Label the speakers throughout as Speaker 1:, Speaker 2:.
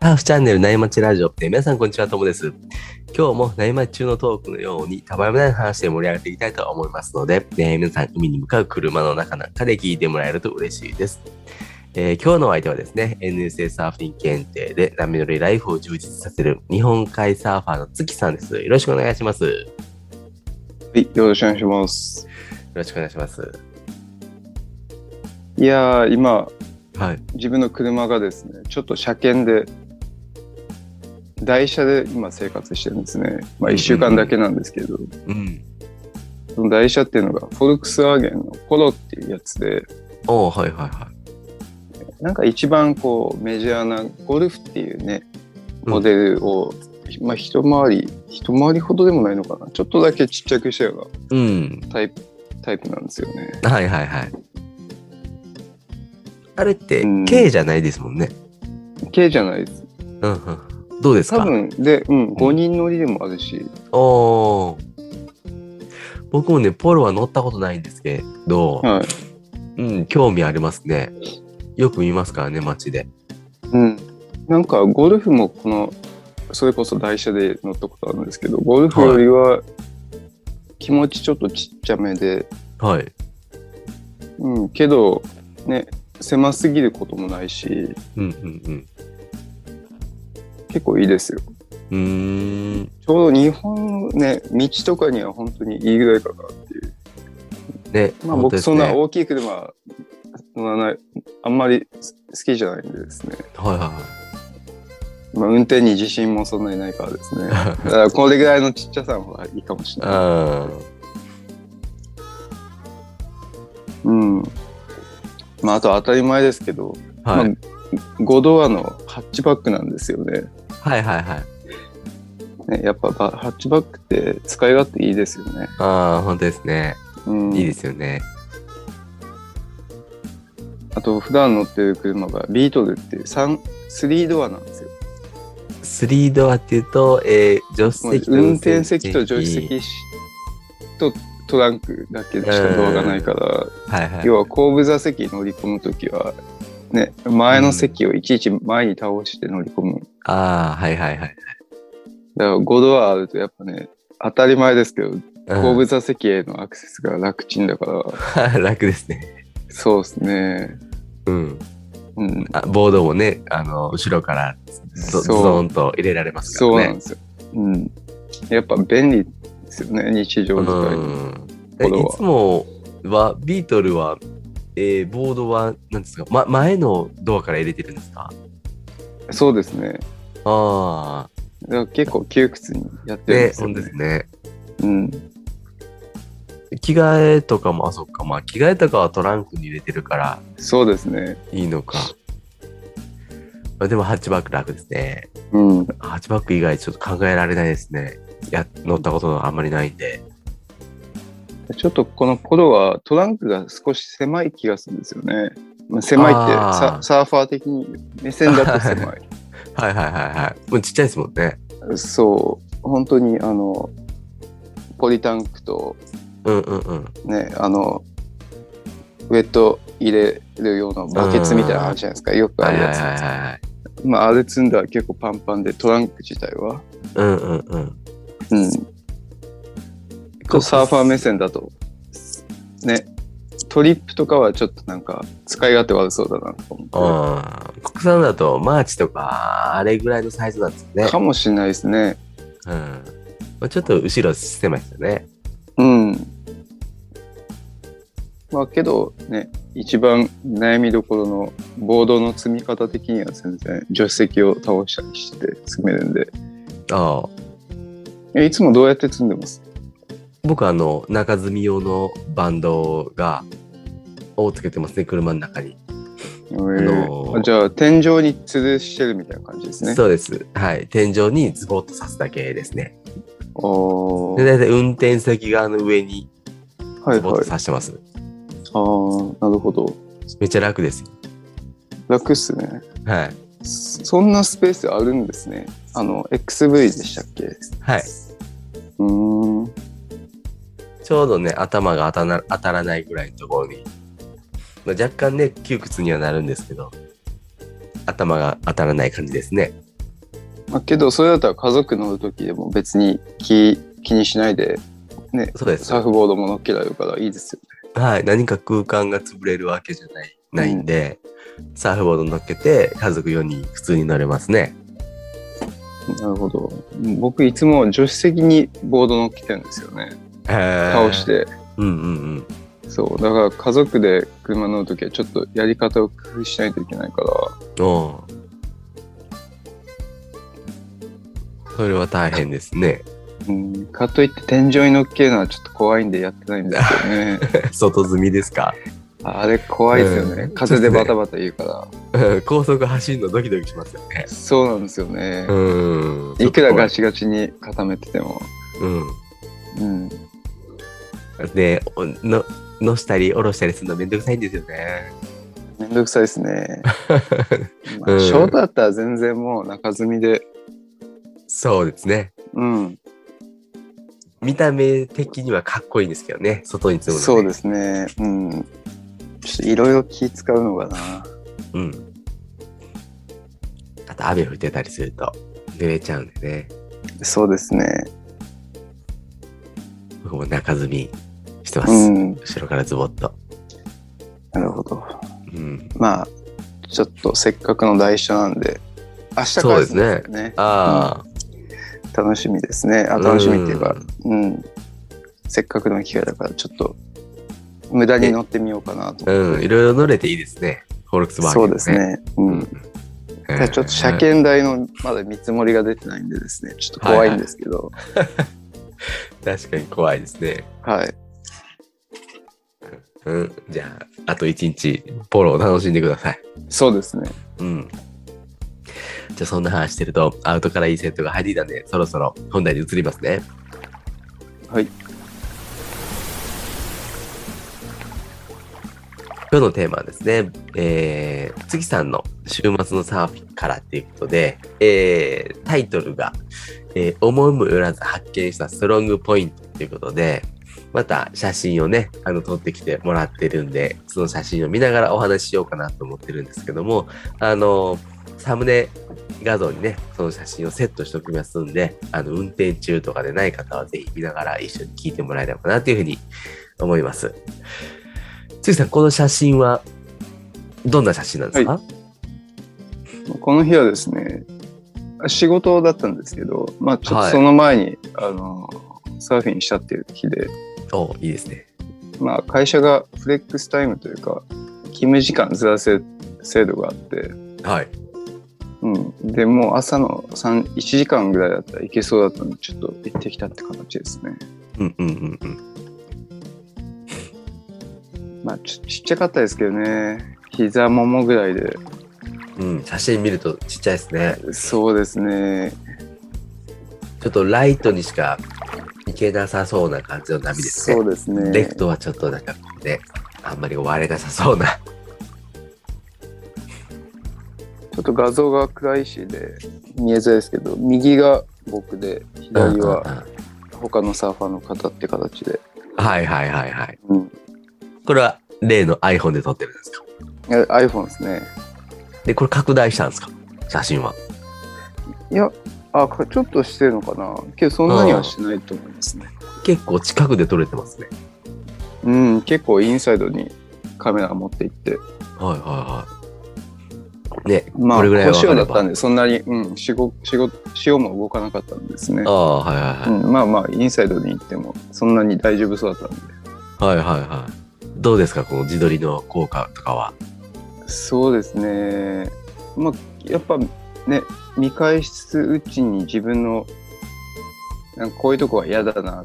Speaker 1: ハーフチャンネル内町ラジオって皆さんこんにちは、ともです。今日も内町中のトークのようにたまらない話で盛り上がっていきたいと思いますので、えー皆さん海に向かう車の中なんかで聞いてもらえると嬉しいです。えー今日のお相手はですね、NSA サーフィン検定で波乗りライフを充実させる日本海サーファーの月さんです。よろしくお願いします。よ
Speaker 2: はい、よろしくお願いします。
Speaker 1: ろしくお願いします。
Speaker 2: いやー、今、
Speaker 1: はい。
Speaker 2: 自分の車がですね、ちょっと車検で、台車で今生活してるんですね。まあ、1週間だけなんですけど、
Speaker 1: うん。
Speaker 2: その台車っていうのが、フォルクスワーゲンのコロっていうやつで、
Speaker 1: おーはいはいはい。
Speaker 2: なんか一番こう、メジャーなゴルフっていうね、モデルを、まあ、一回り、一回りほどでもないのかな。ちょっとだけちっちゃくしたよう
Speaker 1: うん。
Speaker 2: なタイプ、タイプなんですよね。
Speaker 1: はいはいはい。あれって
Speaker 2: うん
Speaker 1: K じゃないですもんね。
Speaker 2: 軽じゃないです。
Speaker 1: うんうん。どうです
Speaker 2: 多
Speaker 1: か
Speaker 2: 分、で、うん、5人乗りでもあるし、
Speaker 1: おー僕もね、ポロは乗ったことないんですけど、
Speaker 2: はい。
Speaker 1: うん、興味ありますね。よく見ますからね、街で。
Speaker 2: うん、なんかゴルフもこのそれこそ台車で乗ったことあるんですけどゴルフよりは気持ちちょっとちっちゃめで、
Speaker 1: はい。
Speaker 2: うん、けどね狭すぎることもないし
Speaker 1: うんうん
Speaker 2: 結構いいですよ
Speaker 1: うん。うーん。
Speaker 2: ちょうど日本のね道とかには本当にいいぐらいかなっていう
Speaker 1: ね、
Speaker 2: ま
Speaker 1: 本当
Speaker 2: あ僕
Speaker 1: です
Speaker 2: そんな
Speaker 1: ね
Speaker 2: 大きい車乗らないあんまり好きじゃないんでですね、
Speaker 1: はいはい
Speaker 2: まあ、運転に自信もそんなにないからで すねだからこれぐらいのちっちゃさはいいかもしれない
Speaker 1: はい。
Speaker 2: うん。まあ、あと当たり前ですけ
Speaker 1: う
Speaker 2: ど、
Speaker 1: ん。はい。
Speaker 2: まあ、5ドアのハッチバックなんですよね。
Speaker 1: はいはいはい。
Speaker 2: ねやっぱばハッチバックって使い勝手いいですよね。
Speaker 1: ああ、本当ですね。
Speaker 2: うん、
Speaker 1: いいですよね。
Speaker 2: あと普段乗ってる車がビートルって3、3ドアなんですよ。
Speaker 1: スリードアっていうと、えー、助手
Speaker 2: もう
Speaker 1: 席と
Speaker 2: 運転席と助手席しとトランクだけでしかドアがないから、
Speaker 1: はいはい。
Speaker 2: 要は後部座席に乗り込むときは、ね、前の席をいちいち前に倒して乗り込む。
Speaker 1: ああ、はいはいはい。
Speaker 2: だから5ドアあるとやっぱね、当たり前ですけど、
Speaker 1: うん
Speaker 2: 後部座席へのアクセスが楽ちんだか ら、
Speaker 1: 楽ですね。
Speaker 2: そうですね。
Speaker 1: うん。
Speaker 2: うん。
Speaker 1: あボードもね、あの、後ろから
Speaker 2: そ
Speaker 1: ゾ
Speaker 2: う
Speaker 1: ゾーンと入れられますか
Speaker 2: そうな
Speaker 1: らね。
Speaker 2: んですよ。うん。やっぱ便利ですよね、日常使い。
Speaker 1: うん
Speaker 2: ボー
Speaker 1: え
Speaker 2: ド
Speaker 1: い
Speaker 2: は
Speaker 1: つもは、ビートルは、えーボードは、なんですか、ま、前のドアから入れてるんですか
Speaker 2: そうですね。
Speaker 1: ああ、
Speaker 2: だから結構窮屈にやってるん
Speaker 1: ね
Speaker 2: で、す
Speaker 1: そ
Speaker 2: よ
Speaker 1: う
Speaker 2: ね。
Speaker 1: ですね。
Speaker 2: うん。
Speaker 1: 着替えとかも、あ、そっか、まあ、着替えとかはトランクに入れてるから
Speaker 2: そうですね。
Speaker 1: いいのか。あでも、ハッチバック楽ですね。
Speaker 2: うん。
Speaker 1: ハッチバック以外ちょっと考えられないですね。や、乗ったことがあんまりないんで。
Speaker 2: ちょっとこの頃はトランクが少し狭い気がするんですよね。まあ、狭いって
Speaker 1: あー
Speaker 2: ササーファー的に目線だと狭 い。
Speaker 1: はいはいはいはい。もうちっちゃいですもんね。
Speaker 2: そう。本当にあの、ポリタンクと
Speaker 1: うんうんうん。
Speaker 2: ね、あの、ウェット入れるようなバケツみたいなあるじゃないですか。よくあ
Speaker 1: はい
Speaker 2: る
Speaker 1: はい
Speaker 2: や
Speaker 1: はい
Speaker 2: つ。
Speaker 1: はい。
Speaker 2: まあ、あれ積んだら結構パンパンで、トランク自体は。
Speaker 1: うんうんうん。
Speaker 2: うん。こうサーファー目線だと、ね、トリップとかはちょっとなんか、使い勝手悪そうだなと思っ
Speaker 1: あー国産だとマーチとか、あれぐらいのサイズなんです
Speaker 2: て。
Speaker 1: ね。
Speaker 2: かもしれないですね。
Speaker 1: うん。まあちょっと後ろ狭いですよね。
Speaker 2: うん。まあけどね、一番悩みどころのボードの積み方的には全然助手席を倒したりして積めるんで、
Speaker 1: ああ。
Speaker 2: えいつもどうやって積んでます
Speaker 1: 僕あの、中積み用のバンドが、をつけてますね、車の中に。
Speaker 2: え
Speaker 1: のー
Speaker 2: ー、あじゃあ天井に吊るしてるみたいな感じですね。
Speaker 1: そうです。はい。天井にズボッと刺すだけですね。
Speaker 2: お
Speaker 1: で、
Speaker 2: ー
Speaker 1: 大体運転席側の上に
Speaker 2: はい
Speaker 1: ズボッ
Speaker 2: は
Speaker 1: と
Speaker 2: い。あ
Speaker 1: 刺してます。
Speaker 2: あーなるほど。
Speaker 1: めっちゃ楽ですよ。
Speaker 2: 楽っすね。
Speaker 1: はい。
Speaker 2: そそんなスペースあるんですね。あの XV でしたっけ
Speaker 1: はい。
Speaker 2: うーん。
Speaker 1: ちょうどね、頭が当たな当たらないぐらいのところに、まあ、若干ね、窮屈にはなるんですけど、頭が当たらない感じですね。
Speaker 2: まあ、けどそれだったら家族乗る時でも別に気気にしないで
Speaker 1: そうです。
Speaker 2: サーフボードも乗っけられるからいいですよ
Speaker 1: はい、何か空間が潰れるわけじゃないないんで、サーフボード乗っけて家族4人普通に乗れますね。
Speaker 2: ね。なるほど。僕いつも助手席にボード乗っけてるんですよね。
Speaker 1: 倒
Speaker 2: 倒し。て。
Speaker 1: うんうんうん。
Speaker 2: そう。だから家族で車乗る時はちょっとやり方を工夫しないといけないから。
Speaker 1: おうそれは大変ですね。
Speaker 2: うん、かといって天井に乗っけるのはちょっと怖いんでやってないんですよ ね。
Speaker 1: 外積みですか。
Speaker 2: あれ怖いですよね。
Speaker 1: うん
Speaker 2: 風でバタバタ言うから。
Speaker 1: うん高速走るのドキドキしますよね。
Speaker 2: そうなんですよね。
Speaker 1: うん。
Speaker 2: いくらガ
Speaker 1: ち
Speaker 2: チガチに固めてても。
Speaker 1: ょっと怖い。うん。
Speaker 2: うん。
Speaker 1: ねおののしたり下ろしたりするのめんどくさいんですよね。
Speaker 2: めんどくさいです ね。ま
Speaker 1: うん
Speaker 2: あ、ショートだったら全然もう中積みで。
Speaker 1: そうですね。
Speaker 2: うん。
Speaker 1: 見た目的にはかっこいいんですけどね。外に積むの、ね。。
Speaker 2: そうですすね。うん。ちょっといろいろ気使うのかな。
Speaker 1: うん。あと雨降ってたりすると濡れちゃうんでね。
Speaker 2: そうですね。
Speaker 1: 僕も中積みしてます。
Speaker 2: うん。
Speaker 1: 後ろからズボッと。
Speaker 2: なるほど。
Speaker 1: うん。
Speaker 2: まあ、ちょっとせっかくの台車なんで、明日からですね。ね
Speaker 1: あ
Speaker 2: 楽しみですね。
Speaker 1: あ、
Speaker 2: あ楽しみっていうか、うん、せっかくの機会だから、ちょっと無駄に乗ってみようかなと。
Speaker 1: うん。うん。いろいろ乗れていいですね。フォルクスバーゲン、
Speaker 2: そうです。ね。う
Speaker 1: うんん。。
Speaker 2: ただちょっと車検代のまだ見積もりが出てないんでですね、ちょっと怖いんですけど、
Speaker 1: 確かに怖いですね。
Speaker 2: はい、
Speaker 1: うん。じゃあ、あと一日、ポロを楽しんでください。
Speaker 2: そうですね。
Speaker 1: うん。じゃあそんな話してるとアウトからいいセットが入りだんでそろそろ本題に移りますね。
Speaker 2: はい。
Speaker 1: 今日のテーマはですね、えー、月さんの週末のサーフィンからっていうことで、えー、タイトルが、えー思いもよらず発見したストロングポイントということで、また写真をね、あの、撮ってきてもらってるんで、その写真を見ながらお話ししようかなと思ってるんですけども、あの、サムネ画像にね、その写真をセットしておきますんで、あの、運転中とかでない方はぜひ見ながら一緒に聞いてもらえればなというふうに思います。つゆさん、この写真は、どんな写真なんですか、
Speaker 2: この日はですね、仕事だったんですけど、まあちょっ
Speaker 1: は
Speaker 2: と
Speaker 1: い
Speaker 2: その前に、あの、サーフィンしたっていう日で、
Speaker 1: おいいですね。
Speaker 2: まあ会社がフレックスタイムというか、勤務時間ずらせる制度があって、
Speaker 1: はい。
Speaker 2: うん、でもう朝の3 1時間ぐらいだったらいけそうだったんでちょっと行ってきたって形ですね
Speaker 1: うんうんうんうん。
Speaker 2: まあちょちっちゃかったですけどね膝ももぐらいで
Speaker 1: うん、写真見るとちっちゃいですね。
Speaker 2: そうですね
Speaker 1: ちょっとライトにしか行けなさそうな感じの波ですね
Speaker 2: そ。うですね
Speaker 1: レフトはちょっとなんかこうね、あんまり追われなさそうな。
Speaker 2: ちょっと画像が暗いしで見えづらいですけど右が僕で左は
Speaker 1: うんうんうん
Speaker 2: 他のサーファーの方って形で、
Speaker 1: はいはいはいはい。
Speaker 2: うん、
Speaker 1: これは例の iPhone で撮ってるんですか
Speaker 2: え iPhone ですね
Speaker 1: で、これ拡大したんですか写真は。
Speaker 2: いやあかちょっとしてるのかなけどそんなにはしてないと思いますね
Speaker 1: 結構近くで撮れてますね。
Speaker 2: うん結構インサイドにカメラ持って行って
Speaker 1: はいはいはい。ね、
Speaker 2: まあ、
Speaker 1: これぐらいは分
Speaker 2: 小
Speaker 1: か
Speaker 2: 塩
Speaker 1: れ
Speaker 2: だ
Speaker 1: ば
Speaker 2: ったんで、そんなに、うん、しごしご塩も動かなかったんですね
Speaker 1: あ。あ、はいはいはい。
Speaker 2: うん、まあまあ、インサイドに行っても、そんなに大丈夫そうだったんで。
Speaker 1: はいはいはい。どうですかこの自撮りの効果とかは。
Speaker 2: そうですね。まあ、やっぱね、見返すうちに自分の、なんかこういうとこは嫌だな、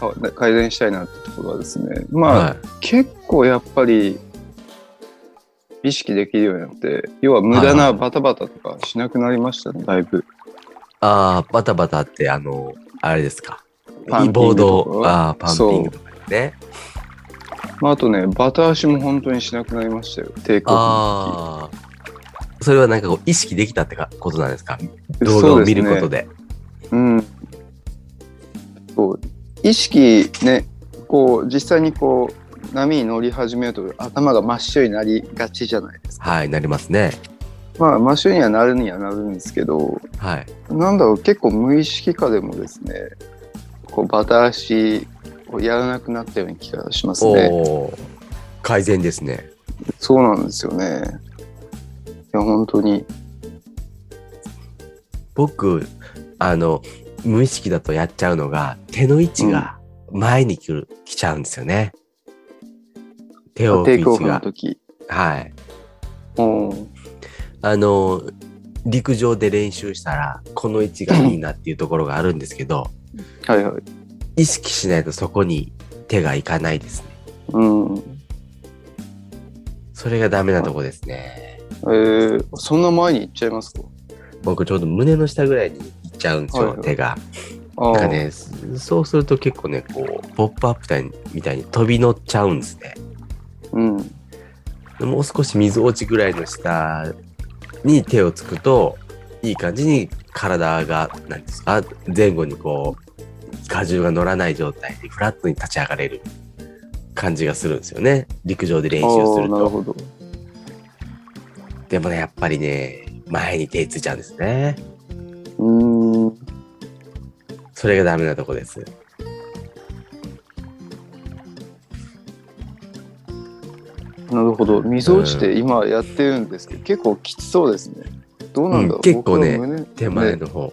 Speaker 2: か改善したいなってところはですね、まあ、
Speaker 1: はい、
Speaker 2: 結構やっぱり、意識できるようになって、要は無駄
Speaker 1: はい
Speaker 2: なバタバタとかしなくなりましたね、だいぶ。
Speaker 1: ああ、バタバタって、あの、あれですか。
Speaker 2: パンピン
Speaker 1: ボー
Speaker 2: グとか
Speaker 1: ドを、ああ、パンピングとかね。
Speaker 2: まあ、あとね、バタ足も本当にしなくなりましたよ、抵抗
Speaker 1: ああ。それはなんかこう意識できたってかことなんですか
Speaker 2: 力
Speaker 1: 動画を見ること
Speaker 2: で
Speaker 1: で。
Speaker 2: すね。うん。そう意識ね、こう、実際にこう、波に乗り始めると頭が真っ白になりがちじゃないですか。
Speaker 1: はい、なりますね。
Speaker 2: まあ、マシュにはなるにはなるんですけど、
Speaker 1: はい。
Speaker 2: なんだろう、結構無意識下でもですね、こうバタ足をやらなくなったような気がしますね。
Speaker 1: おー改善ですね。
Speaker 2: そうなんですよね。いや、本当に。
Speaker 1: 僕、あの、無意識だとやっちゃうのが、手の位置が前に来る、来ちゃうんですよね。手を
Speaker 2: テ
Speaker 1: 置く
Speaker 2: イ
Speaker 1: 位
Speaker 2: クオ
Speaker 1: 置
Speaker 2: フの
Speaker 1: が。
Speaker 2: 時。
Speaker 1: はい。
Speaker 2: うん
Speaker 1: あの陸上で練習したらこの位置がいいなっていうところがあるんですけど
Speaker 2: はいはい。
Speaker 1: 意識しないとそこに手がいかないですね
Speaker 2: うん。
Speaker 1: それがダメなとこですね
Speaker 2: えー、そんな前に行っちゃいますか
Speaker 1: 僕ちょうど胸の下ぐらいにいっちゃうんですよ、
Speaker 2: はいはい
Speaker 1: 手が
Speaker 2: あ
Speaker 1: な
Speaker 2: あ
Speaker 1: んかねすそうすると結構ねこうポップアップみたいにみたいに飛び乗っちゃうんですね
Speaker 2: うん。
Speaker 1: でもう少し水落ちぐらいの下に手をつくといい感じに体が何ですか前後にこう荷重が乗らない状態でフラットに立ち上がれる感じがするんですよね陸上で練
Speaker 2: あ
Speaker 1: 習す
Speaker 2: あ
Speaker 1: る
Speaker 2: なる
Speaker 1: と
Speaker 2: ほど。
Speaker 1: でもねやっぱりね前に手ついちゃうんですね
Speaker 2: うーん。
Speaker 1: それがダメなとこです
Speaker 2: なるほど。水落ちて今やってるんですけど、結構きつそうですね。どうなんだろう、
Speaker 1: うん結構ね
Speaker 2: 僕は胸
Speaker 1: 手前の方、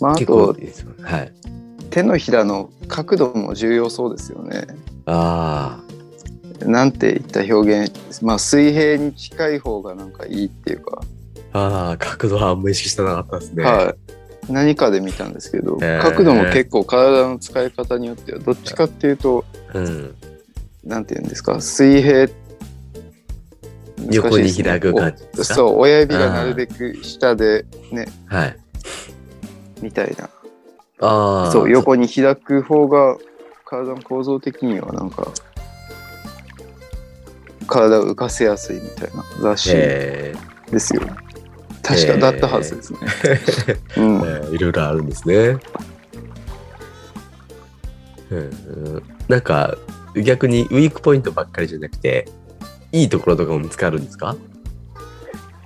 Speaker 2: まあ、あ
Speaker 1: 結構
Speaker 2: と
Speaker 1: いいですよはい
Speaker 2: 手のひらの角度も重要そうですよね。
Speaker 1: あ
Speaker 2: なんていった表現、まあ、水平に近い方がなんかいいっていうか、
Speaker 1: ーあー角度はあんま意識してなかったですね、
Speaker 2: はい、何かで見たんですけど、
Speaker 1: えー
Speaker 2: 角度も結構体の使い方によってはどっちかっていうと
Speaker 1: うん、
Speaker 2: なんていうんですか水平
Speaker 1: 横
Speaker 2: 難
Speaker 1: に
Speaker 2: しいですね
Speaker 1: 開く感じで
Speaker 2: お
Speaker 1: すか
Speaker 2: そう親指がなるべく下でね
Speaker 1: はい
Speaker 2: みたいな
Speaker 1: ああ
Speaker 2: そう横に開く方が体の構造的にはなんか体を浮かせやすいみたいな雑誌
Speaker 1: え
Speaker 2: ですよ、確かだったは ずですね、うん
Speaker 1: ーいろいろあるんですね。うん、なんか逆にウィークポイントばっかりじゃなくていいところとかも見つかるんですか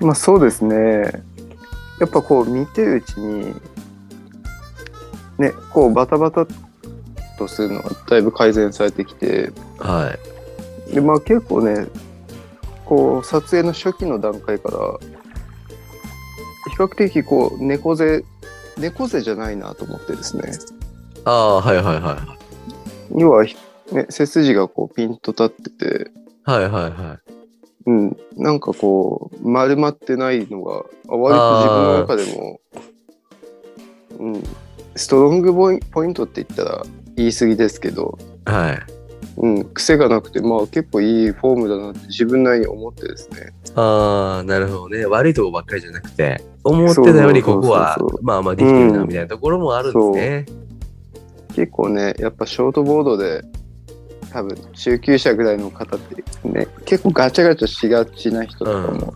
Speaker 2: まあそうですね。やっぱこう見てるうちに、ね、こうバタバタっとするのがだいぶ改善されてきて、
Speaker 1: は
Speaker 2: でまあ結構ね、こう撮影の初期の段階から、比較的こう猫背、猫背じゃないなと思ってですね。
Speaker 1: い。ああはいはいは
Speaker 2: 要はひ、ね、背筋がこうピンと立ってて、
Speaker 1: い。はいはいは
Speaker 2: うん、なんかこう丸まってないのがあ割と自分の中でも、うん、ストロングボイポイントって言ったら言い過ぎですけど、
Speaker 1: い。はい。
Speaker 2: うん、癖がなくて、まあ、結構いいフォームだなって自分なりに思ってですね
Speaker 1: ああなるほどね悪いとこばっかりじゃなくて思ってたよりここは
Speaker 2: そうそうそうそ
Speaker 1: まあまあできてるな
Speaker 2: うん
Speaker 1: みたいなところもあるんですね。
Speaker 2: 結構ねやっぱショートボードで多分中級者ぐらいの方って、ね、結構ガチャガチャしがちな人とかも、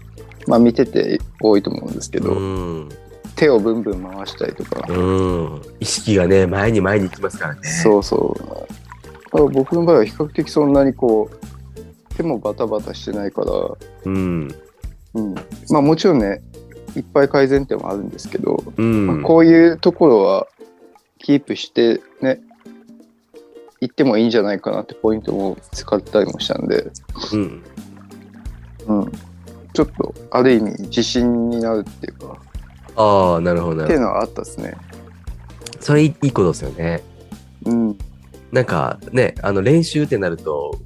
Speaker 2: まあ、見てて多いと思うんですけど、
Speaker 1: うん
Speaker 2: 手をブンブン回したりとか。
Speaker 1: うん意識がね前に前に行きますからね。
Speaker 2: そうそう。だから僕の場合は比較的そんなにこう、手もバタバタしてないから、
Speaker 1: うん
Speaker 2: うん、まあもちろんね、いっぱい改善点はあるんですけど、
Speaker 1: うん
Speaker 2: まあこういうところはキープしてね、行ってもいいんじゃないかなってポイントも使ったりもしたんで、
Speaker 1: うん
Speaker 2: うん、ちょっとある意味自信になるっていうか、
Speaker 1: ああなるほどなるほど
Speaker 2: っていうのはあったですね。
Speaker 1: それいいいいことですよね。
Speaker 2: うん、
Speaker 1: なんかね、あの練習ってなると、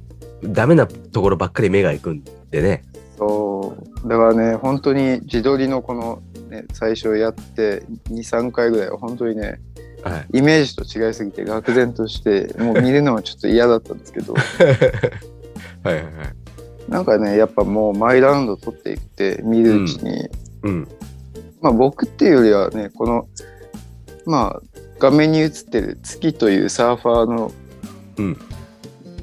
Speaker 1: ダメなところばっかり目が行くんでね。
Speaker 2: そうだからね本当に自撮りのこの、ね、最初やって23回ぐらいは本当にね
Speaker 1: はい。
Speaker 2: イメージと違いすぎて愕然としてもう見るのはちょっと嫌だったんですけど
Speaker 1: はいはいはい。
Speaker 2: なんかねやっぱもうマイラウンド取っていって見るうちに、
Speaker 1: うん。
Speaker 2: まあ僕っていうよりはねこのまあ画面に映ってる月というサーファーの、
Speaker 1: うん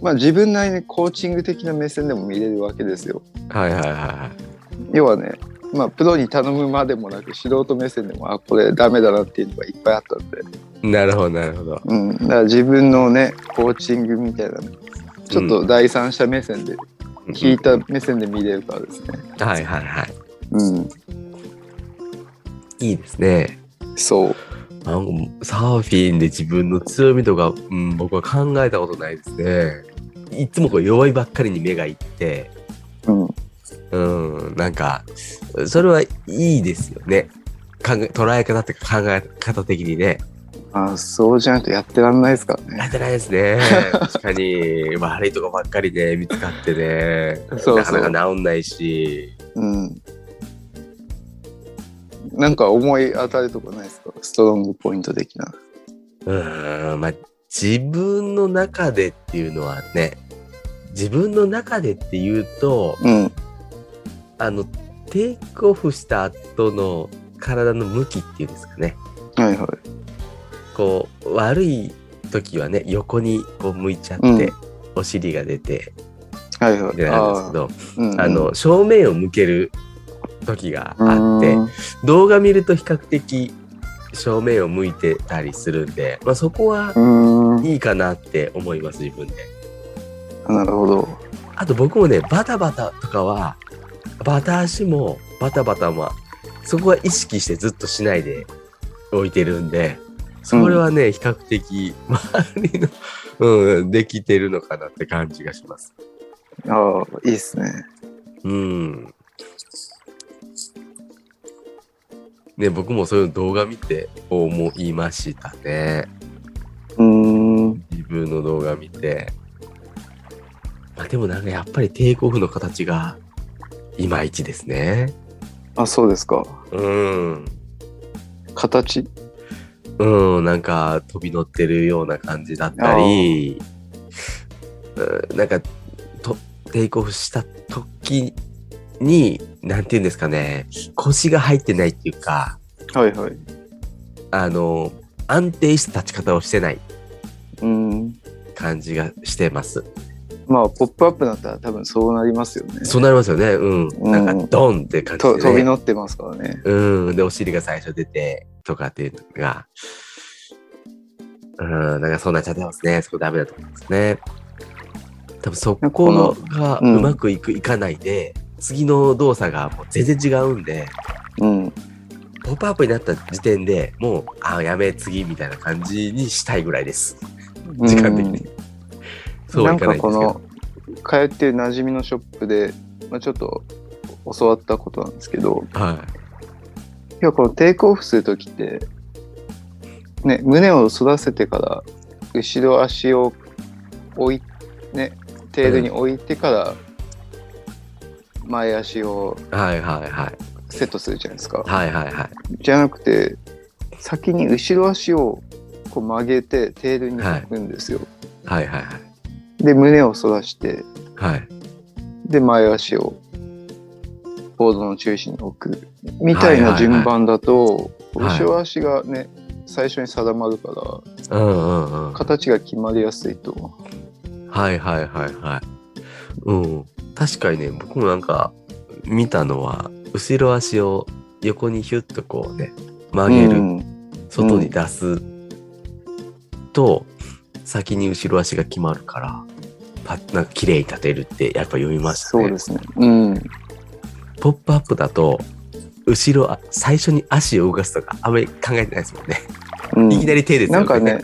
Speaker 2: まあ自分なりにコーチング的な目線でも見れるわけですよ。
Speaker 1: はいはいはいはい。
Speaker 2: 要はね、まあ、プロに頼むまでもなく素人目線でもあこれダメだなっていうのがいっぱいあったんで、
Speaker 1: なるほどなるほど。
Speaker 2: うん、だから自分のねコーチングみたいなのちょっと第三者目線で聞いた目線で見れるからですね。
Speaker 1: はいはいは
Speaker 2: うん。
Speaker 1: い。いいですね。
Speaker 2: そう。
Speaker 1: なんかもうサーフィンで自分の強みとか、うん、僕は考えたことないですね。いつもこう弱いばっかりに目がいって、
Speaker 2: うん。
Speaker 1: うん、なんか、それはいいですよね。考え捉え方っていうか考え方的にね。
Speaker 2: あそうじゃないとやってらんないですから
Speaker 1: や
Speaker 2: ね。
Speaker 1: ってないです ね。確かに、悪いとこばっかりで見つかってね。
Speaker 2: そうそう
Speaker 1: なかなか治んないし。
Speaker 2: うん。なんか思い当たるとこないですかストロングポイント的な。
Speaker 1: うーん、まあ、自分の中でっていうのはね、自分の中でっていうと、
Speaker 2: うん。
Speaker 1: あの、テイクオフした後の体の向きっていうんですかね。
Speaker 2: はいはい。
Speaker 1: こう、悪い時はね、横にこう向いちゃって、
Speaker 2: うん
Speaker 1: お尻が出て、
Speaker 2: はいはい。
Speaker 1: でなんですけど、
Speaker 2: あー、うん
Speaker 1: あの、正面を向ける時があって、
Speaker 2: うん
Speaker 1: 動画見ると比較的正面を向いてたりするんで、まあ、そこは
Speaker 2: うーん。
Speaker 1: いいかなって思います自分で
Speaker 2: なるほど。
Speaker 1: あと僕もねバタバタとかはバタ足もバタバタもそこは意識してずっとしないで置いてるんでそれはね、比較的周りの、うん、できてるのかなって感じがします
Speaker 2: ああ、いいですね。
Speaker 1: うんね僕もそういう動画見て思いましたね
Speaker 2: うーん。
Speaker 1: 自分の動画見て。まあでもなんかやっぱりテイクオフの形がいまいちですね。
Speaker 2: あ、そうですか。
Speaker 1: うん。
Speaker 2: 形
Speaker 1: うん、なんか飛び乗ってるような感じだったり、うんなんかとテイクオフした時に、なんて言うんですかね、腰が入ってないっていうか、
Speaker 2: はいはい。
Speaker 1: あの、安定した立ち方をしてない
Speaker 2: うん。
Speaker 1: 感じがしてます。
Speaker 2: まあ、ポップアップだったら多分そうなりますよね。
Speaker 1: そうなりますよね。うん。
Speaker 2: うん
Speaker 1: なんかドンって感じで、
Speaker 2: と
Speaker 1: ね。
Speaker 2: 飛び乗ってますからね。
Speaker 1: うん。で、お尻が最初出て、とかっていうのが、うん、なんかそうなっちゃってますね。そこダメだと思いますね。多分そこのがう
Speaker 2: うん
Speaker 1: まくいく、いかないで、次の動作がもう全然違うんで、
Speaker 2: うん。
Speaker 1: ポップアップになった時点でもう、ああ、やめ、次みたいな感じにしたいぐらいです。時間的に。そう
Speaker 2: ないん
Speaker 1: かな
Speaker 2: か
Speaker 1: いん
Speaker 2: こ
Speaker 1: ですけど。
Speaker 2: の通ってる馴染みのショップで、まあ、ちょっと教わったことなんですけど
Speaker 1: はい
Speaker 2: やこのテイクオフする時って、ね、胸を反らせてから後ろ足を置い、ね、テールに置いてから前足を
Speaker 1: い。はいはいはい。
Speaker 2: セットするじゃないですか。
Speaker 1: はいはいはい。
Speaker 2: じゃなくて先に後ろ足をこう曲げてテールに置くんですよ。
Speaker 1: はいはいはい。
Speaker 2: で胸を反らして
Speaker 1: はい。
Speaker 2: で前足をボードの中心に置くみたいな順番だと、
Speaker 1: はいはいはい
Speaker 2: 後ろ足がね最初に定まるから
Speaker 1: うんうんうん。
Speaker 2: 形が決まりやすいと思
Speaker 1: はいはいはいはい。うん。確かにね、僕もなんか見たのは、後ろ足を横にヒュッとこうね、曲
Speaker 2: う。
Speaker 1: げる、
Speaker 2: うん
Speaker 1: 外に出すと、先に後ろ足が決まるから、パッなんか綺麗に立てるってやっぱ読みました
Speaker 2: そう
Speaker 1: ね
Speaker 2: で。すね。うん。
Speaker 1: ポップアップだと、後ろあ、最初に足を動かすとか、あんまり考えてないですもんね。
Speaker 2: うん
Speaker 1: いきなり手ですよ
Speaker 2: なんかね、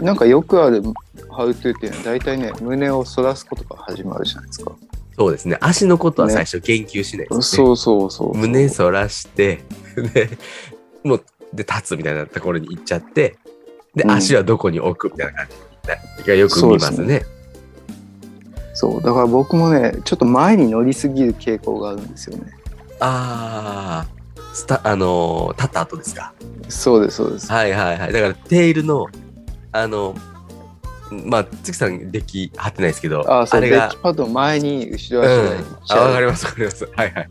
Speaker 2: なんかよくあるハウトゥーっていうのは大体ね胸を反らすことから始まるじゃないですか。
Speaker 1: そうですね。足のことは最初言及しないですね。
Speaker 2: そうそうそう。
Speaker 1: 胸反らしてでもうで立つみたいなところに行っちゃってで、
Speaker 2: うん
Speaker 1: 足はどこに置くみたいな感じがよく見ますね。
Speaker 2: そうだから僕もねちょっと前に乗りすぎる傾向があるんですよね。
Speaker 1: ああスタあのー立った後ですか。
Speaker 2: そうですそうです。
Speaker 1: はいはいはい。だからテールのあのまあ月さんでき張ってないですけど
Speaker 2: あ
Speaker 1: あ
Speaker 2: そう
Speaker 1: れ
Speaker 2: デッ
Speaker 1: が
Speaker 2: キ。パッドの前に後
Speaker 1: う
Speaker 2: ろ足がいっ
Speaker 1: ん、
Speaker 2: ち
Speaker 1: あわ
Speaker 2: ゃ
Speaker 1: か
Speaker 2: う、
Speaker 1: りますわかります。はいはい。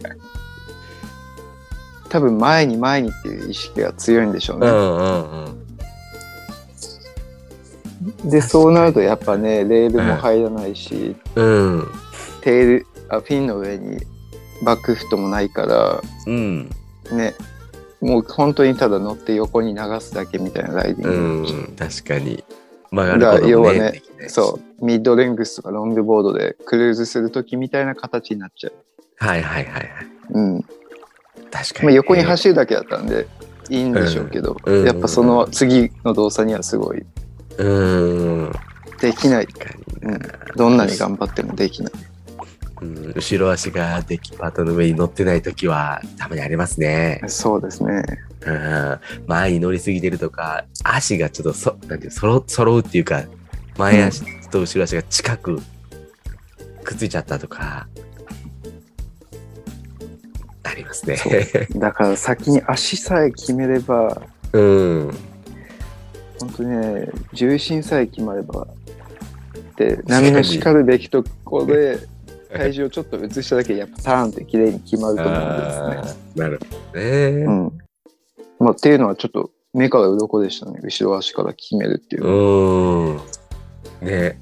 Speaker 2: 多分前に前にっていう意識が強いんでしょう
Speaker 1: う
Speaker 2: ね、
Speaker 1: んうんうん。
Speaker 2: でそうなるとやっぱねレールも入らないし、
Speaker 1: うん。
Speaker 2: テールあフィンの上にバックフットもないか
Speaker 1: うん。
Speaker 2: らねもう本当にただ乗って横に流すだけみたいなライディング、
Speaker 1: うん、確かに。曲がること
Speaker 2: 要
Speaker 1: も
Speaker 2: は
Speaker 1: ね
Speaker 2: ね
Speaker 1: できないし
Speaker 2: そう、ミッドレングスとかロングボードでクルーズするときみたいな形になっちゃう。
Speaker 1: はいはいはいはい
Speaker 2: うん。
Speaker 1: 確かに、
Speaker 2: まあ、横に
Speaker 1: ね
Speaker 2: 走るだけだったんで、いいんでしょうけど、
Speaker 1: うんうん
Speaker 2: やっぱその次の動作にはすごいう
Speaker 1: ーん
Speaker 2: できない。
Speaker 1: 確か
Speaker 2: う
Speaker 1: に
Speaker 2: ん
Speaker 1: な、
Speaker 2: どんなに頑張ってもできない。
Speaker 1: うん、後ろ足がデッキパートの上に乗ってない時はたまにありますね。
Speaker 2: そうですね。
Speaker 1: うん、前に乗りすぎてるとか足がちょっとそなんていうそろ揃うっていうか前足と後ろ足が近くくっついちゃったとか、ありますね。
Speaker 2: だから先に足さえ決めれば、
Speaker 1: うん、
Speaker 2: 本当にね、重心さえ決まれば、で、波のしかるべきと こで、体重をちょっと移しただけで、やっぱターンって綺麗に決まると思うんですね。
Speaker 1: あーなるほどね。
Speaker 2: うん。まあ、っていうのはちょっと目から鱗でしたね。後ろ足から決めるっていう
Speaker 1: う
Speaker 2: のは。
Speaker 1: ん、ね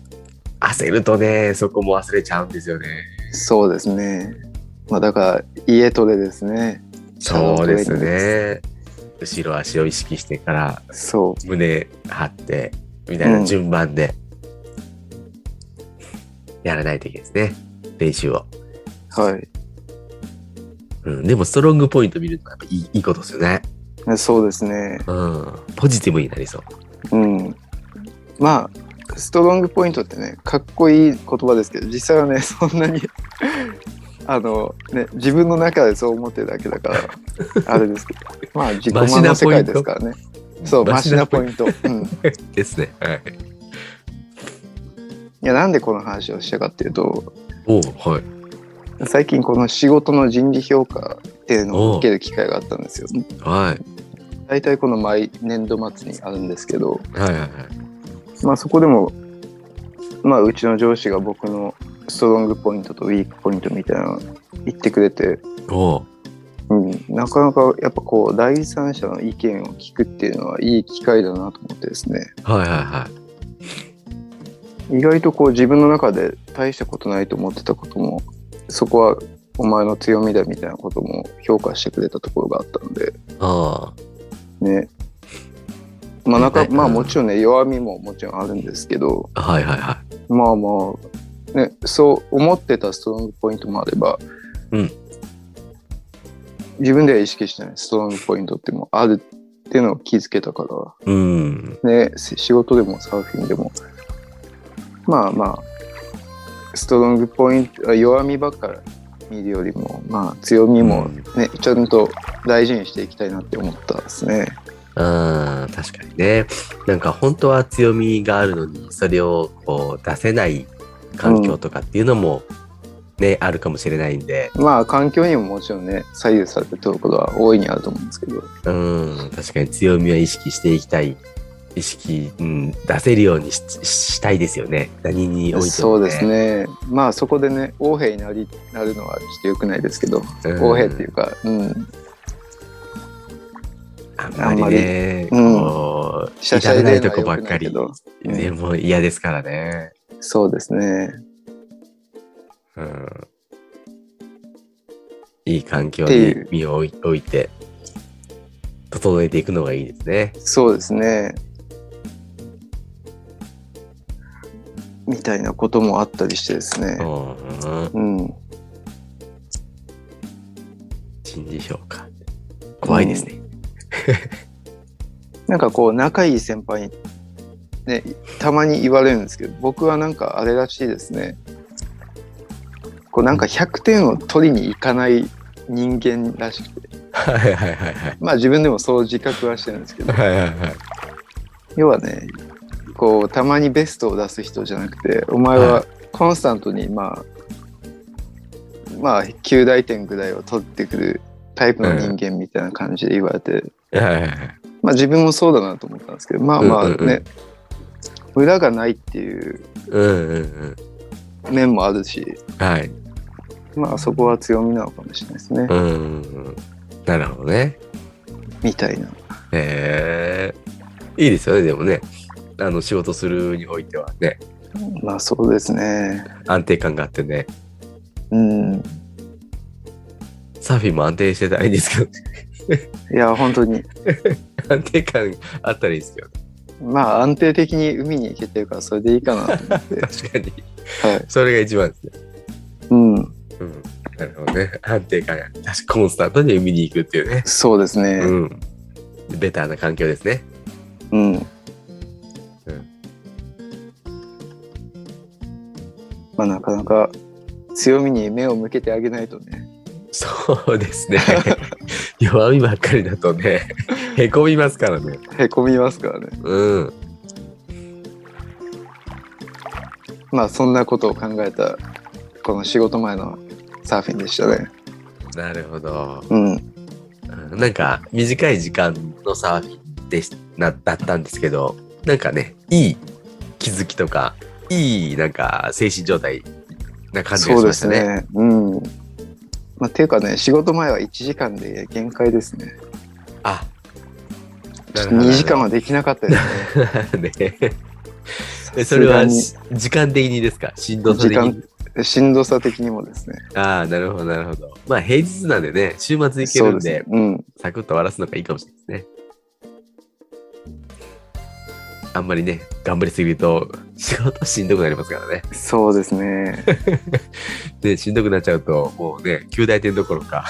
Speaker 1: 焦るとねそこも忘れちゃうんですよね。
Speaker 2: そうですね。まあ、だから、家トレですね。
Speaker 1: そうですね。後ろ足を意識してから
Speaker 2: そ
Speaker 1: 胸張ってみたいな順番で、やらないといけないですね練習を、
Speaker 2: う。はい。
Speaker 1: うん、でもストロングポイント見るとやっぱいいいいことですよね、
Speaker 2: そうですね。
Speaker 1: うん、ポジティブになりそう
Speaker 2: うん。まあ、ストロングポイントってね、かっこいい言葉ですけど、実際はね、 そんなに。あのね、自分の中でそう思ってるだけだから あれですけどまあ自己満の世界ですからねそうマシなポイ
Speaker 1: ン
Speaker 2: ント、うん、い
Speaker 1: トですねはい
Speaker 2: やなんでこの話をしたかっていうと
Speaker 1: おうはい
Speaker 2: 最近この仕事の人事評価っていうのを受ける機会があったんですよ。
Speaker 1: はい
Speaker 2: 大体この毎年度末にあるんですけど、
Speaker 1: はいはいはい
Speaker 2: まあ、そこでも、まあ、うちの上司が僕のストロングポイントとウィークポイントみたいなのを言ってくれて、
Speaker 1: おう
Speaker 2: うん、なかなかやっぱこう第三者の意見を聞くっていうのはいい機会だなと思ってですね
Speaker 1: はいはいは
Speaker 2: 意外とこう自分の中で大したことないと思ってたこともそこはお前の強みだみたいなことも評価してくれたところがあったので
Speaker 1: いあ
Speaker 2: ね。まあ、な
Speaker 1: は
Speaker 2: か
Speaker 1: い
Speaker 2: まあ
Speaker 1: うん
Speaker 2: もちろんね弱みももちろんあるんですけど
Speaker 1: あはいはいは
Speaker 2: まあまあ、ね、そう思ってたストロングポイントもあれば、
Speaker 1: うん
Speaker 2: 自分では意識してないストロングポイントってもあるっていうのを気づけたか
Speaker 1: いうん
Speaker 2: ら、ね、せ仕事でもサーフィンでもまあまあストロングポイントあ弱みばっかり見るよりも、まあ、強みも、ねちゃんと大事にしていきたいなって思ったですね。
Speaker 1: うん確かにねなんか本当は強みがあるのにそれをこう出せない環境とかっていうのもね、あるかもしれないんで
Speaker 2: まあ環境にももちろんね左右されてるところは大いにあると思うんですけど、
Speaker 1: うん確かに強みは意識していきたい意識、うん、出せるようにしししたいですよね何においても、ね、
Speaker 2: そうですねまあそこでね横兵になりなるのはちょっと良くないですけど
Speaker 1: うん
Speaker 2: 横兵っていうか、うん、
Speaker 1: あんまりね
Speaker 2: あんまりうん
Speaker 1: こう
Speaker 2: しゃし
Speaker 1: 至
Speaker 2: ゃ
Speaker 1: ら
Speaker 2: り
Speaker 1: ない
Speaker 2: 出
Speaker 1: とこ
Speaker 2: るの
Speaker 1: ば
Speaker 2: は
Speaker 1: っ
Speaker 2: 良く
Speaker 1: か
Speaker 2: ない
Speaker 1: り
Speaker 2: けど、うん
Speaker 1: ねもう嫌ですからね
Speaker 2: そうですね
Speaker 1: うんいい環境
Speaker 2: って
Speaker 1: に
Speaker 2: いう
Speaker 1: 身を置い置いて整えていくのがいいですね
Speaker 2: そうですねみたいなこともあったりしてです
Speaker 1: う
Speaker 2: ね、
Speaker 1: ん
Speaker 2: うん、
Speaker 1: 人事評価怖いですね、
Speaker 2: なんかこう仲いい先輩にねたまに言われるんですけど僕はなんかあれらしいですねこうなんか100点を取りに行かない人間らしくて
Speaker 1: はいはいはいはい
Speaker 2: まあ自分でもそう自覚はしてるんですけど
Speaker 1: はいはいはい
Speaker 2: 要はねこうたまにベストを出す人じゃなくてお前
Speaker 1: は
Speaker 2: はコンスタントにまあまあ9大点ぐらいを取ってくるタイプの人間みたいな感じで言われて、
Speaker 1: はいはいはい
Speaker 2: まあ自分もそうだなと思ったんですけどまあまあね、
Speaker 1: うんうんうん
Speaker 2: 裏がないっていう
Speaker 1: うんうんうん
Speaker 2: 面もあるし
Speaker 1: はい
Speaker 2: まあそこは強みなのかもしれないですね、
Speaker 1: うん。なるほどね。
Speaker 2: みたいな
Speaker 1: へえ。いいですよね、でもね。あの、仕事するにおいてはね、
Speaker 2: まあそうですね
Speaker 1: 安定感があってね。
Speaker 2: うん
Speaker 1: サーフィンも安定してたらいいんですけど、
Speaker 2: いや本当に
Speaker 1: 安定感あったらいいですけど。
Speaker 2: まあ安定的に海に行けてるからそれでいいか なと思って。
Speaker 1: 確かに。
Speaker 2: はい。
Speaker 1: それが一番ですね。
Speaker 2: うん。
Speaker 1: うん。なるほどね。安定感が。確かコンスタントに海に行くっていうね。
Speaker 2: そうですね。
Speaker 1: うん。ベターな環境ですね。
Speaker 2: うん。
Speaker 1: うん
Speaker 2: まあなかなか強みに目を向けてあげないとね。
Speaker 1: そうですね。 弱みばっかりだとね、へこみますからね。
Speaker 2: へこみますからね。
Speaker 1: うん。
Speaker 2: まあそんなことを考えたこの仕事前のサーフィンでしたね。
Speaker 1: なるほど。
Speaker 2: うん。
Speaker 1: うんなんか、短い時間のサーフィンでしなだったんですけど、なんかね、いい気づきとか、いいなんか精神状態な感じが
Speaker 2: そう
Speaker 1: しま
Speaker 2: で
Speaker 1: した
Speaker 2: す
Speaker 1: ね。
Speaker 2: ね。うん。まあ、ていうかね仕事前は1時間で限界ですね。
Speaker 1: あ
Speaker 2: ちょっと2時間
Speaker 1: は
Speaker 2: はできなかったですね。
Speaker 1: ね。
Speaker 2: さ
Speaker 1: えそ
Speaker 2: す
Speaker 1: れ
Speaker 2: が
Speaker 1: は
Speaker 2: に
Speaker 1: し時間的にですかしんどさ
Speaker 2: 時
Speaker 1: 的に
Speaker 2: 間しんどさ的にもですね。
Speaker 1: ああなるほどなるほどまあ平日なんでね週末行けるん
Speaker 2: そう
Speaker 1: で
Speaker 2: ですね。うん。
Speaker 1: サクッと終わらすのがいいかもしれないですね。あんまりね、頑張りすぎると仕事しんどくなりますからね。
Speaker 2: そうです ね。
Speaker 1: で、しんどくなっちゃうと、もうね、9大点どころか、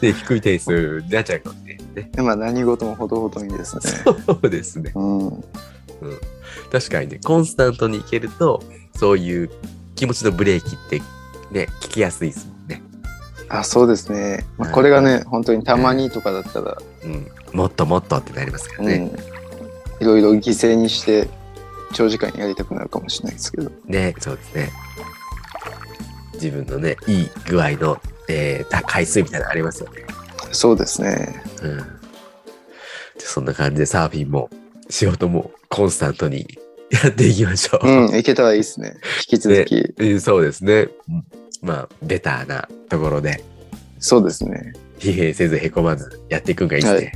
Speaker 1: で、低い点数になっちゃうかもしれないですね。
Speaker 2: まあ何事もほどほどにですね。
Speaker 1: そうですね。
Speaker 2: うん。
Speaker 1: 確かにね、コンスタントにいけると、そういう気持ちのブレーキって、ね、聞きやすいですもんね。
Speaker 2: あそうですね、まあ、
Speaker 1: うん
Speaker 2: これがね本当にたまにとかだったら、
Speaker 1: うん。もっともっとってなりますから
Speaker 2: う
Speaker 1: ね。
Speaker 2: ん、いろいろ犠牲にして長時間やりたくなるかもしれないですけど
Speaker 1: ね、そうですね。自分のね、いい具合の、えー、回数みたいなのありますよね。
Speaker 2: そうですね
Speaker 1: うん。でそんな感じでサーフィンも仕事もコンスタントにやっていきましょう。
Speaker 2: うんいけたらいいですね引き続き、
Speaker 1: うんそうですね。まあ、ベターなところで、
Speaker 2: そうですね
Speaker 1: 疲弊せずへこまずやっていくんがいいですね。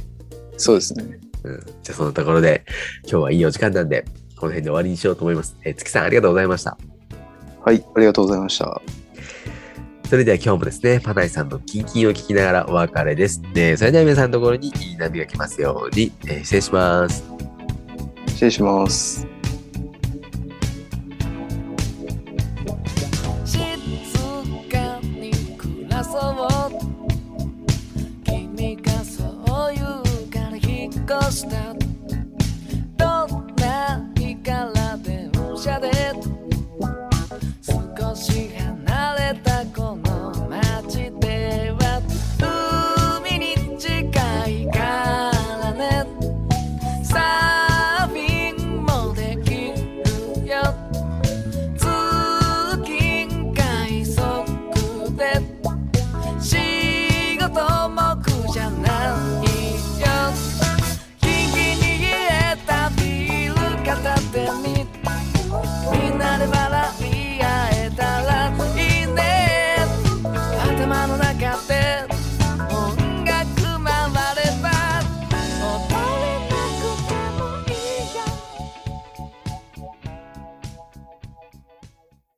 Speaker 2: そうですね
Speaker 1: うん。じゃあ、そのところで、今日はいいお時間なんで、この辺で終わりにしようと思います。えー月さん、ありがとうございました。
Speaker 2: はいありがとうございました
Speaker 1: それでは今日もですね、パナイさんのキンキンを聞きながらお別れです。えーそれでは皆さんのところにいい波が来ますように、えー失礼します。
Speaker 2: 失礼します
Speaker 3: 静かに暮らそう君がそう言うから引っ越した